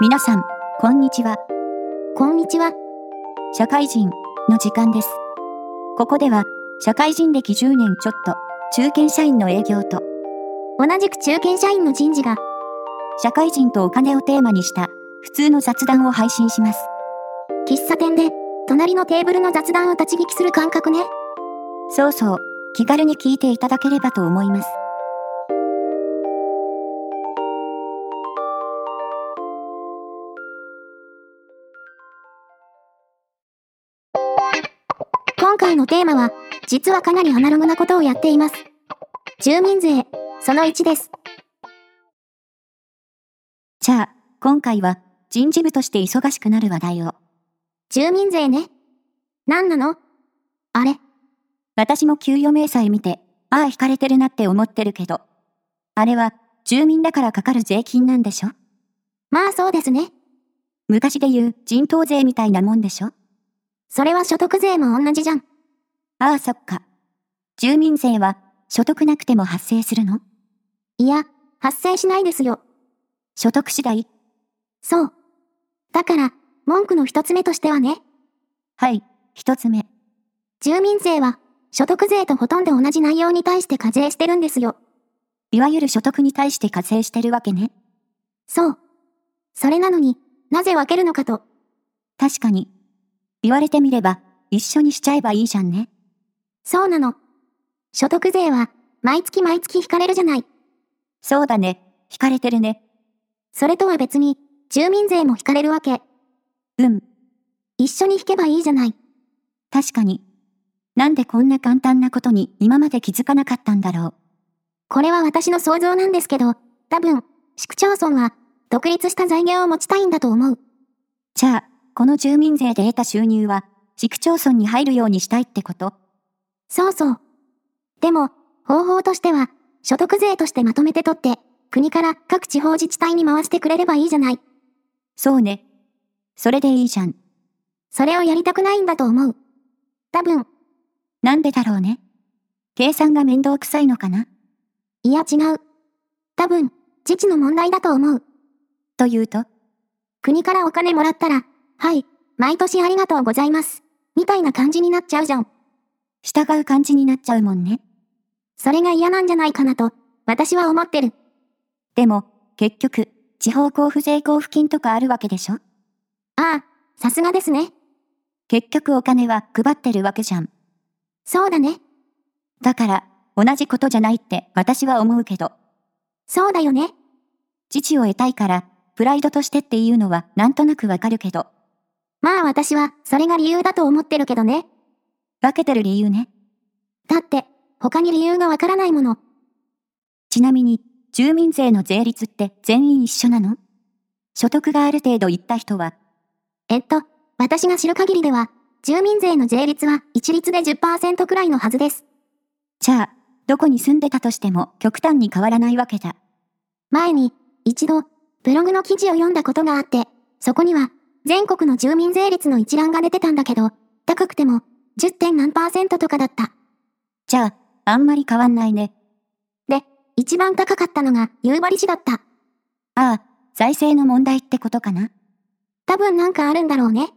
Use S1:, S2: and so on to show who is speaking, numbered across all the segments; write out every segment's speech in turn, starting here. S1: 皆さん、こんにちは。
S2: こんにちは。
S1: 社会人の時間です。ここでは、社会人歴10年ちょっと、中堅社員の営業と、
S2: 同じく中堅社員の人事が、
S1: 社会人とお金をテーマにした、普通の雑談を配信します。
S2: 喫茶店で、隣のテーブルの雑談を立ち聞きする感覚ね。
S1: そうそう、気軽に聞いていただければと思います。
S2: 今回のテーマは、実はかなりアナログなことをやっています。住民税、その1です。
S1: じゃあ、今回は、人事部として忙しくなる話題を。
S2: 住民税ね。何なのあれ、
S1: 私も給与明細見て、ああ、引かれてるなって思ってるけど。あれは、住民だからかかる税金なんでしょ
S2: まあそうですね。
S1: 昔で言う、人頭税みたいなもんでしょ
S2: それは所得税も同じじゃん。
S1: ああ、そっか。住民税は、所得なくても発生するの
S2: いや、発生しないですよ。
S1: 所得次第
S2: そう。だから、文句の一つ目としてはね、
S1: はい、一つ目。
S2: 住民税は、所得税とほとんど同じ内容に対して課税してるんですよ。
S1: いわゆる所得に対して課税してるわけね。
S2: そう。それなのに、なぜ分けるのかと。
S1: 確かに。言われてみれば、一緒にしちゃえばいいじゃんね。
S2: そうなの。所得税は、毎月毎月引かれるじゃない。
S1: そうだね。引かれてるね。
S2: それとは別に、住民税も引かれるわけ。
S1: うん、
S2: 一緒に引けばいいじゃない。
S1: 確かに。なんでこんな簡単なことに今まで気づかなかったんだろう。
S2: これは私の想像なんですけど、多分、市区町村は、独立した財源を持ちたいんだと思う。
S1: じゃあ、この住民税で得た収入は、市区町村に入るようにしたいってこと
S2: そうそう。でも、方法としては、所得税としてまとめて取って、国から各地方自治体に回してくれればいいじゃない。
S1: そうね。それでいいじゃん。
S2: それをやりたくないんだと思う。多分、
S1: なんでだろうね。計算が面倒くさいのかない
S2: や違う。多分、自治の問題だと思う。
S1: というと、
S2: 国からお金もらったら、はい、毎年ありがとうございます。みたいな感じになっちゃうじゃん。
S1: 従う感じになっちゃうもんね。
S2: それが嫌なんじゃないかなと、私は思ってる。
S1: でも、結局、地方交付税交付金とかあるわけでしょ
S2: ああ、さすがですね。
S1: 結局お金は配ってるわけじゃん。
S2: そうだね。
S1: だから、同じことじゃないって私は思うけど、
S2: そうだよね。
S1: 父を得たいから、プライドとしてっていうのはなんとなくわかるけど、
S2: まあ私は、それが理由だと思ってるけどね。
S1: 分けてる理由ね。
S2: だって、他に理由がわからないもの。
S1: ちなみに、住民税の税率って全員一緒なの所得がある程度いった人は、
S2: えっと、私が知る限りでは、住民税の税率は一律で10%くらいのはずです。
S1: じゃあ、どこに住んでたとしても極端に変わらないわけだ。
S2: 前に、一度、ブログの記事を読んだことがあって、そこには、全国の住民税率の一覧が出てたんだけど、高くても、10. 点何パーセントとかだった。
S1: じゃあ、あんまり変わんないね。
S2: で、一番高かったのが夕張市だった。
S1: ああ、財政の問題ってことかな。
S2: 多分なんかあるんだろうね。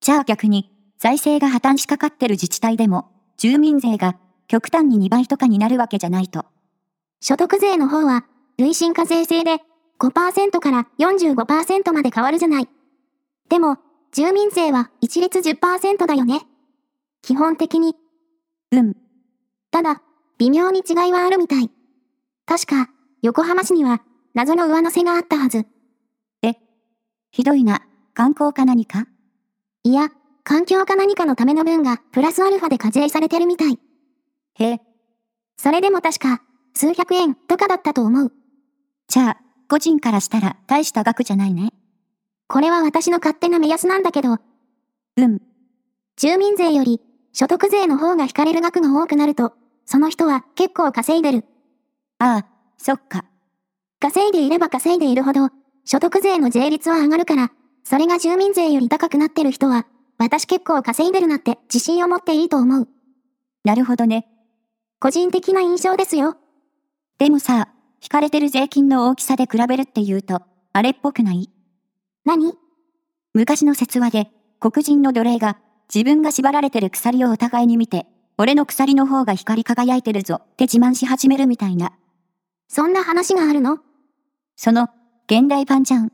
S1: じゃあ逆に、財政が破綻しかかってる自治体でも、住民税が極端に2倍とかになるわけじゃないと。
S2: 所得税の方は、累進課税制で、5%から45%まで変わるじゃない。でも、住民税は一律10%だよね。基本的に、
S1: うん、
S2: ただ、微妙に違いはあるみたい。確か、横浜市には、謎の上乗せがあったはず。
S1: ひどいな、観光か何か
S2: いや、環境か何かのための分が、プラスアルファで課税されてるみたい。
S1: へえ、
S2: それでも確か、数百円とかだったと思う。
S1: じゃあ、個人からしたら大した額じゃないね。
S2: これは私の勝手な目安なんだけど、
S1: うん、
S2: 住民税より、所得税の方が引かれる額が多くなると、その人は結構稼いでる。
S1: ああ、そっか。
S2: 稼いでいれば稼いでいるほど、所得税の税率は上がるから、それが住民税より高くなってる人は、私結構稼いでるなって自信を持っていいと思う。
S1: なるほどね。
S2: 個人的な印象ですよ。
S1: でもさ、引かれてる税金の大きさで比べるっていうと、あれっぽくない
S2: 何
S1: 昔の説話で、黒人の奴隷が、自分が縛られてる鎖をお互いに見て、俺の鎖の方が光り輝いてるぞって自慢し始めるみたいな。
S2: そんな話があるの
S1: その、現代版じゃん。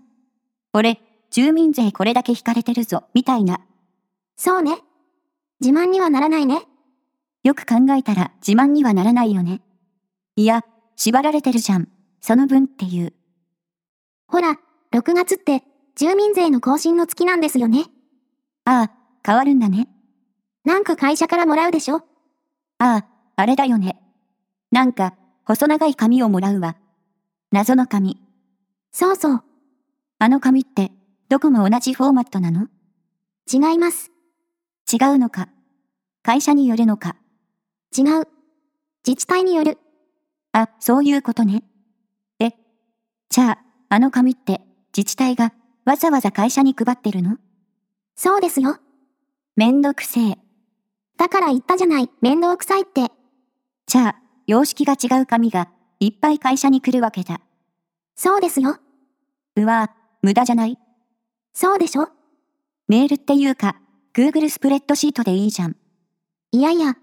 S1: 俺、住民税これだけ引かれてるぞ、みたいな。
S2: そうね。自慢にはならないね。
S1: よく考えたら自慢にはならないよね。いや、縛られてるじゃん。その分っていう。
S2: ほら、6月って、住民税の更新の月なんですよね。
S1: ああ、変わるんだね。
S2: なんか会社からもらうでしょ
S1: ああ、あれだよね。なんか、細長い紙をもらうわ。謎の紙。
S2: そうそう。
S1: あの紙って、どこも同じフォーマットなの
S2: 違います。
S1: 違うのか。会社によるのか。
S2: 違う。自治体による。
S1: あ、そういうことね。え、じゃあ、あの紙って、自治体が、わざわざ会社に配ってるの
S2: そうですよ。
S1: めんどくせえ。
S2: だから言ったじゃない。面倒くさいって。
S1: じゃあ、様式が違う紙が、いっぱい会社に来るわけだ。
S2: そうですよ。
S1: うわぁ、無駄じゃない。
S2: そうでしょ
S1: メールっていうか、Google スプレッドシートでいいじゃん。
S2: いやいや。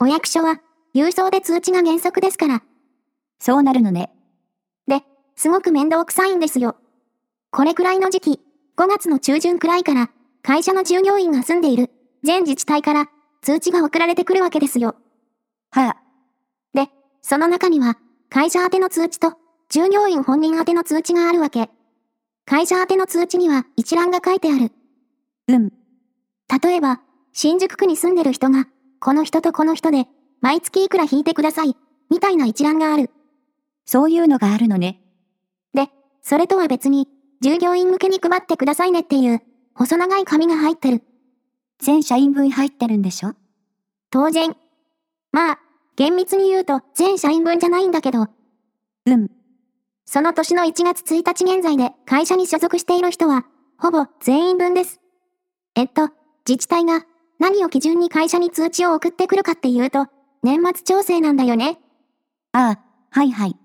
S2: お役所は、郵送で通知が原則ですから、
S1: そうなるのね。
S2: すごく面倒くさいんですよ。これくらいの時期、5月の中旬くらいから、会社の従業員が住んでいる、全自治体から、通知が送られてくるわけですよ。
S1: はあ、
S2: その中には、会社宛ての通知と、従業員本人宛ての通知があるわけ。会社宛ての通知には一覧が書いてある。
S1: うん、
S2: 例えば、新宿区に住んでる人が、この人とこの人で、毎月いくら引いてください、みたいな一覧がある。
S1: そういうのがあるのね。
S2: それとは別に、従業員向けに配ってくださいねっていう、細長い紙が入ってる。
S1: 全社員分入ってるんでしょ
S2: 当然。まあ、厳密に言うと、全社員分じゃないんだけど、
S1: うん、
S2: その年の1月1日現在で会社に所属している人は、ほぼ全員分です。えっと、自治体が何を基準に会社に通知を送ってくるかっていうと、年末調整なんだよね。
S1: ああ、はいはい。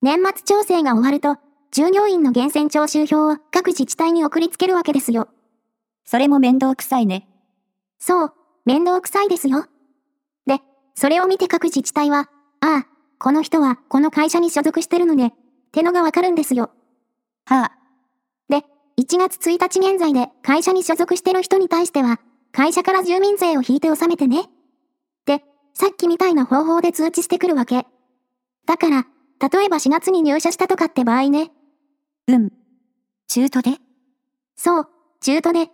S2: 年末調整が終わると、従業員の源泉徴収票を各自治体に送りつけるわけですよ。
S1: それも面倒くさいね。
S2: そう、面倒くさいですよ。で、それを見て各自治体は、ああ、この人はこの会社に所属してるのね、ってのがわかるんですよ。
S1: はあ、
S2: 1月1日現在で会社に所属してる人に対しては、会社から住民税を引いて納めてね。で、さっきみたいな方法で通知してくるわけ。だから、例えば4月に入社したとかって場合ね。
S1: うん。中途で
S2: そう、中途で。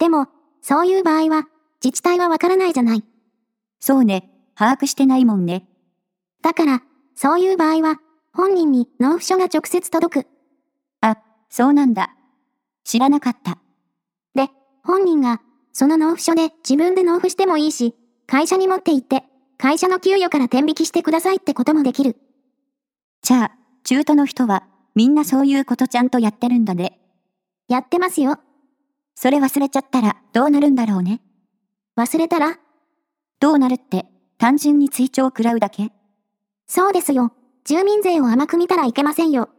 S2: でも、そういう場合は、自治体はわからないじゃない。
S1: そうね、把握してないもんね。
S2: だから、そういう場合は、本人に納付書が直接届く。
S1: あ、そうなんだ。知らなかった。
S2: 本人が、その納付書で自分で納付してもいいし、会社に持って行って、会社の給与から転引きしてくださいってこともできる。
S1: じゃあ、中途の人は、みんなそういうことちゃんとやってるんだね。
S2: やってますよ。
S1: それ忘れちゃったら、どうなるんだろうね。
S2: 忘れたら
S1: どうなるって、単純に追徴を食らうだけ
S2: そうですよ。住民税を甘く見たらいけませんよ。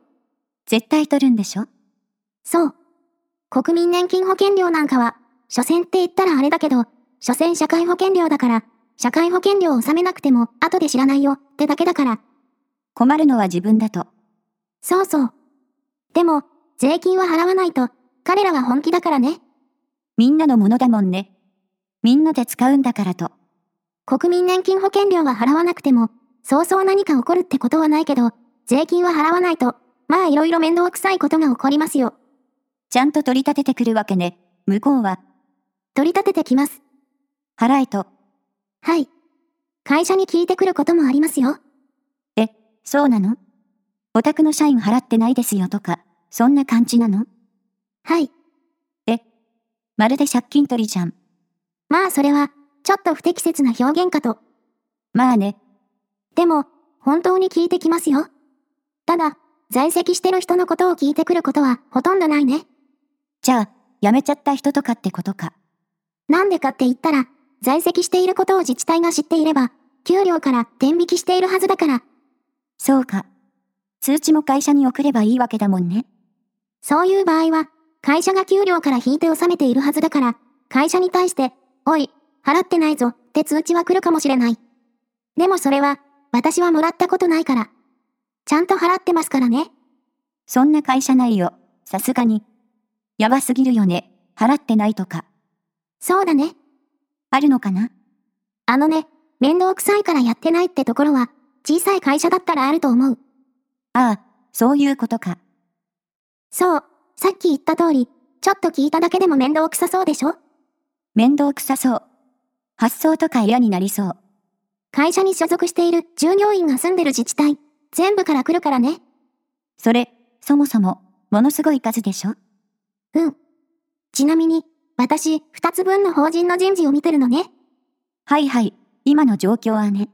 S1: 絶対取るんでしょ
S2: そう。国民年金保険料なんかは、所詮って言ったらあれだけど、所詮社会保険料だから、社会保険料を納めなくても、後で知らないよってだけだから。
S1: 困るのは自分だと。
S2: そうそう。でも、税金は払わないと、彼らは本気だからね。
S1: みんなのものだもんね。みんなで使うんだからと。
S2: 国民年金保険料は払わなくても、そうそう何か起こるってことはないけど、税金は払わないと、まあいろいろ面倒くさいことが起こりますよ。
S1: ちゃんと取り立ててくるわけね。向こうは、
S2: 取り立ててきます。
S1: 払えと。
S2: はい。会社に聞いてくることもありますよ。
S1: そうなのお宅の社員払ってないですよとか、そんな感じなの
S2: はい。
S1: まるで借金取りじゃん。
S2: まあそれは、ちょっと不適切な表現かと。
S1: まあね、
S2: でも、本当に聞いてきますよ。ただ、在籍してる人のことを聞いてくることはほとんどないね。
S1: じゃあ、辞めちゃった人とかってことか。
S2: なんでかって言ったら、在籍していることを自治体が知っていれば、給料から転引きしているはずだから、
S1: そうか。通知も会社に送ればいいわけだもんね。
S2: そういう場合は、会社が給料から引いて納めているはずだから、会社に対して、おい、払ってないぞって通知は来るかもしれない。でもそれは、私はもらったことないから。ちゃんと払ってますからね。
S1: そんな会社ないよ。さすがに。やばすぎるよね。払ってないとか。
S2: そうだね。
S1: あるのかな
S2: あのね、面倒くさいからやってないってところは、小さい会社だったらあると思う。
S1: ああ、そういうことか。
S2: そう、さっき言った通り、ちょっと聞いただけでも面倒くさそうでしょ
S1: 面倒くさそう。発想とか嫌になりそう。
S2: 会社に所属している従業員が住んでる自治体、全部から来るからね。
S1: それ、そもそも、ものすごい数でしょ
S2: うん。ちなみに、私、二つ分の法人の人事を見てるのね。
S1: はいはい、今の状況はね。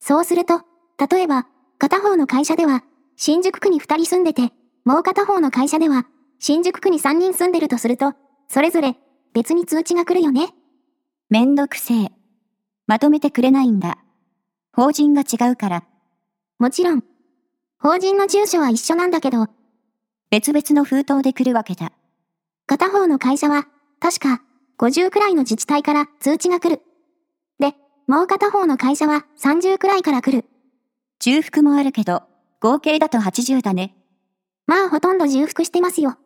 S2: そうすると、例えば、片方の会社では、新宿区に二人住んでて、もう片方の会社では、新宿区に三人住んでるとすると、それぞれ、別に通知が来るよね。
S1: めんどくせえ。まとめてくれないんだ。法人が違うから、
S2: もちろん。法人の住所は一緒なんだけど、
S1: 別々の封筒で来るわけだ。
S2: 片方の会社は、確か、50くらいの自治体から通知が来る。で、もう片方の会社は30くらいから来る。
S1: 重複もあるけど、合計だと80だね。
S2: まあほとんど重複してますよ。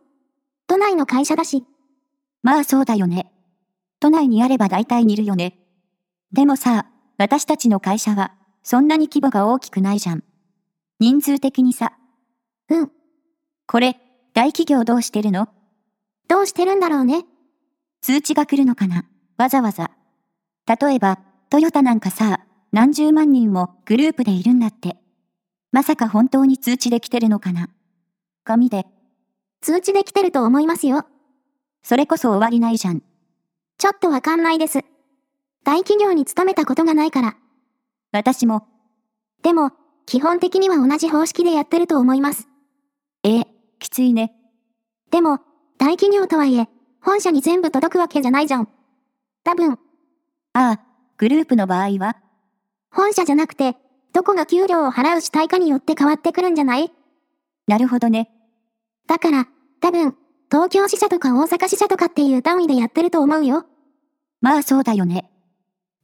S2: 都内の会社だし、
S1: まあそうだよね。都内にあれば大体似るよね。でもさ、私たちの会社は、そんなに規模が大きくないじゃん。人数的にさ。
S2: うん。
S1: これ、大企業どうしてるの
S2: どうしてるんだろうね。
S1: 通知が来るのかなわざわざ。例えば、トヨタなんかさ、何十万人もグループでいるんだって。まさか本当に通知で来てるのかな紙で、
S2: 通知で来てると思いますよ。
S1: それこそ終わりないじゃん。
S2: ちょっとわかんないです。大企業に勤めたことがないから。
S1: 私も、
S2: でも、基本的には同じ方式でやってると思います。
S1: ええ、きついね。
S2: でも、大企業とはいえ、本社に全部届くわけじゃないじゃん。多分、
S1: ああ、グループの場合は
S2: 本社じゃなくて、どこが給料を払う主体かによって変わってくるんじゃない
S1: なるほどね。
S2: だから、多分、東京支社とか大阪支社とかっていう単位でやってると思うよ。
S1: まあそうだよね。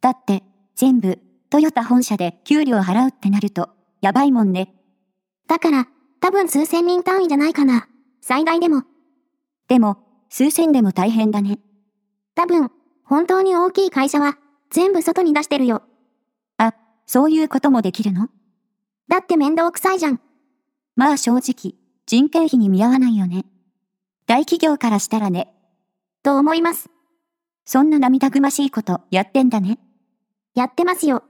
S1: だって、全部、トヨタ本社で給料払うってなると、やばいもんね。
S2: だから、多分数千人単位じゃないかな。最大でも、
S1: でも、数千でも大変だね。
S2: 多分、本当に大きい会社は、全部外に出してるよ。
S1: あ、そういうこともできるの
S2: だって面倒くさいじゃん。
S1: まあ正直、人件費に見合わないよね。大企業からしたらね、
S2: と思います。
S1: そんな涙ぐましいことやってんだね。
S2: やってますよ。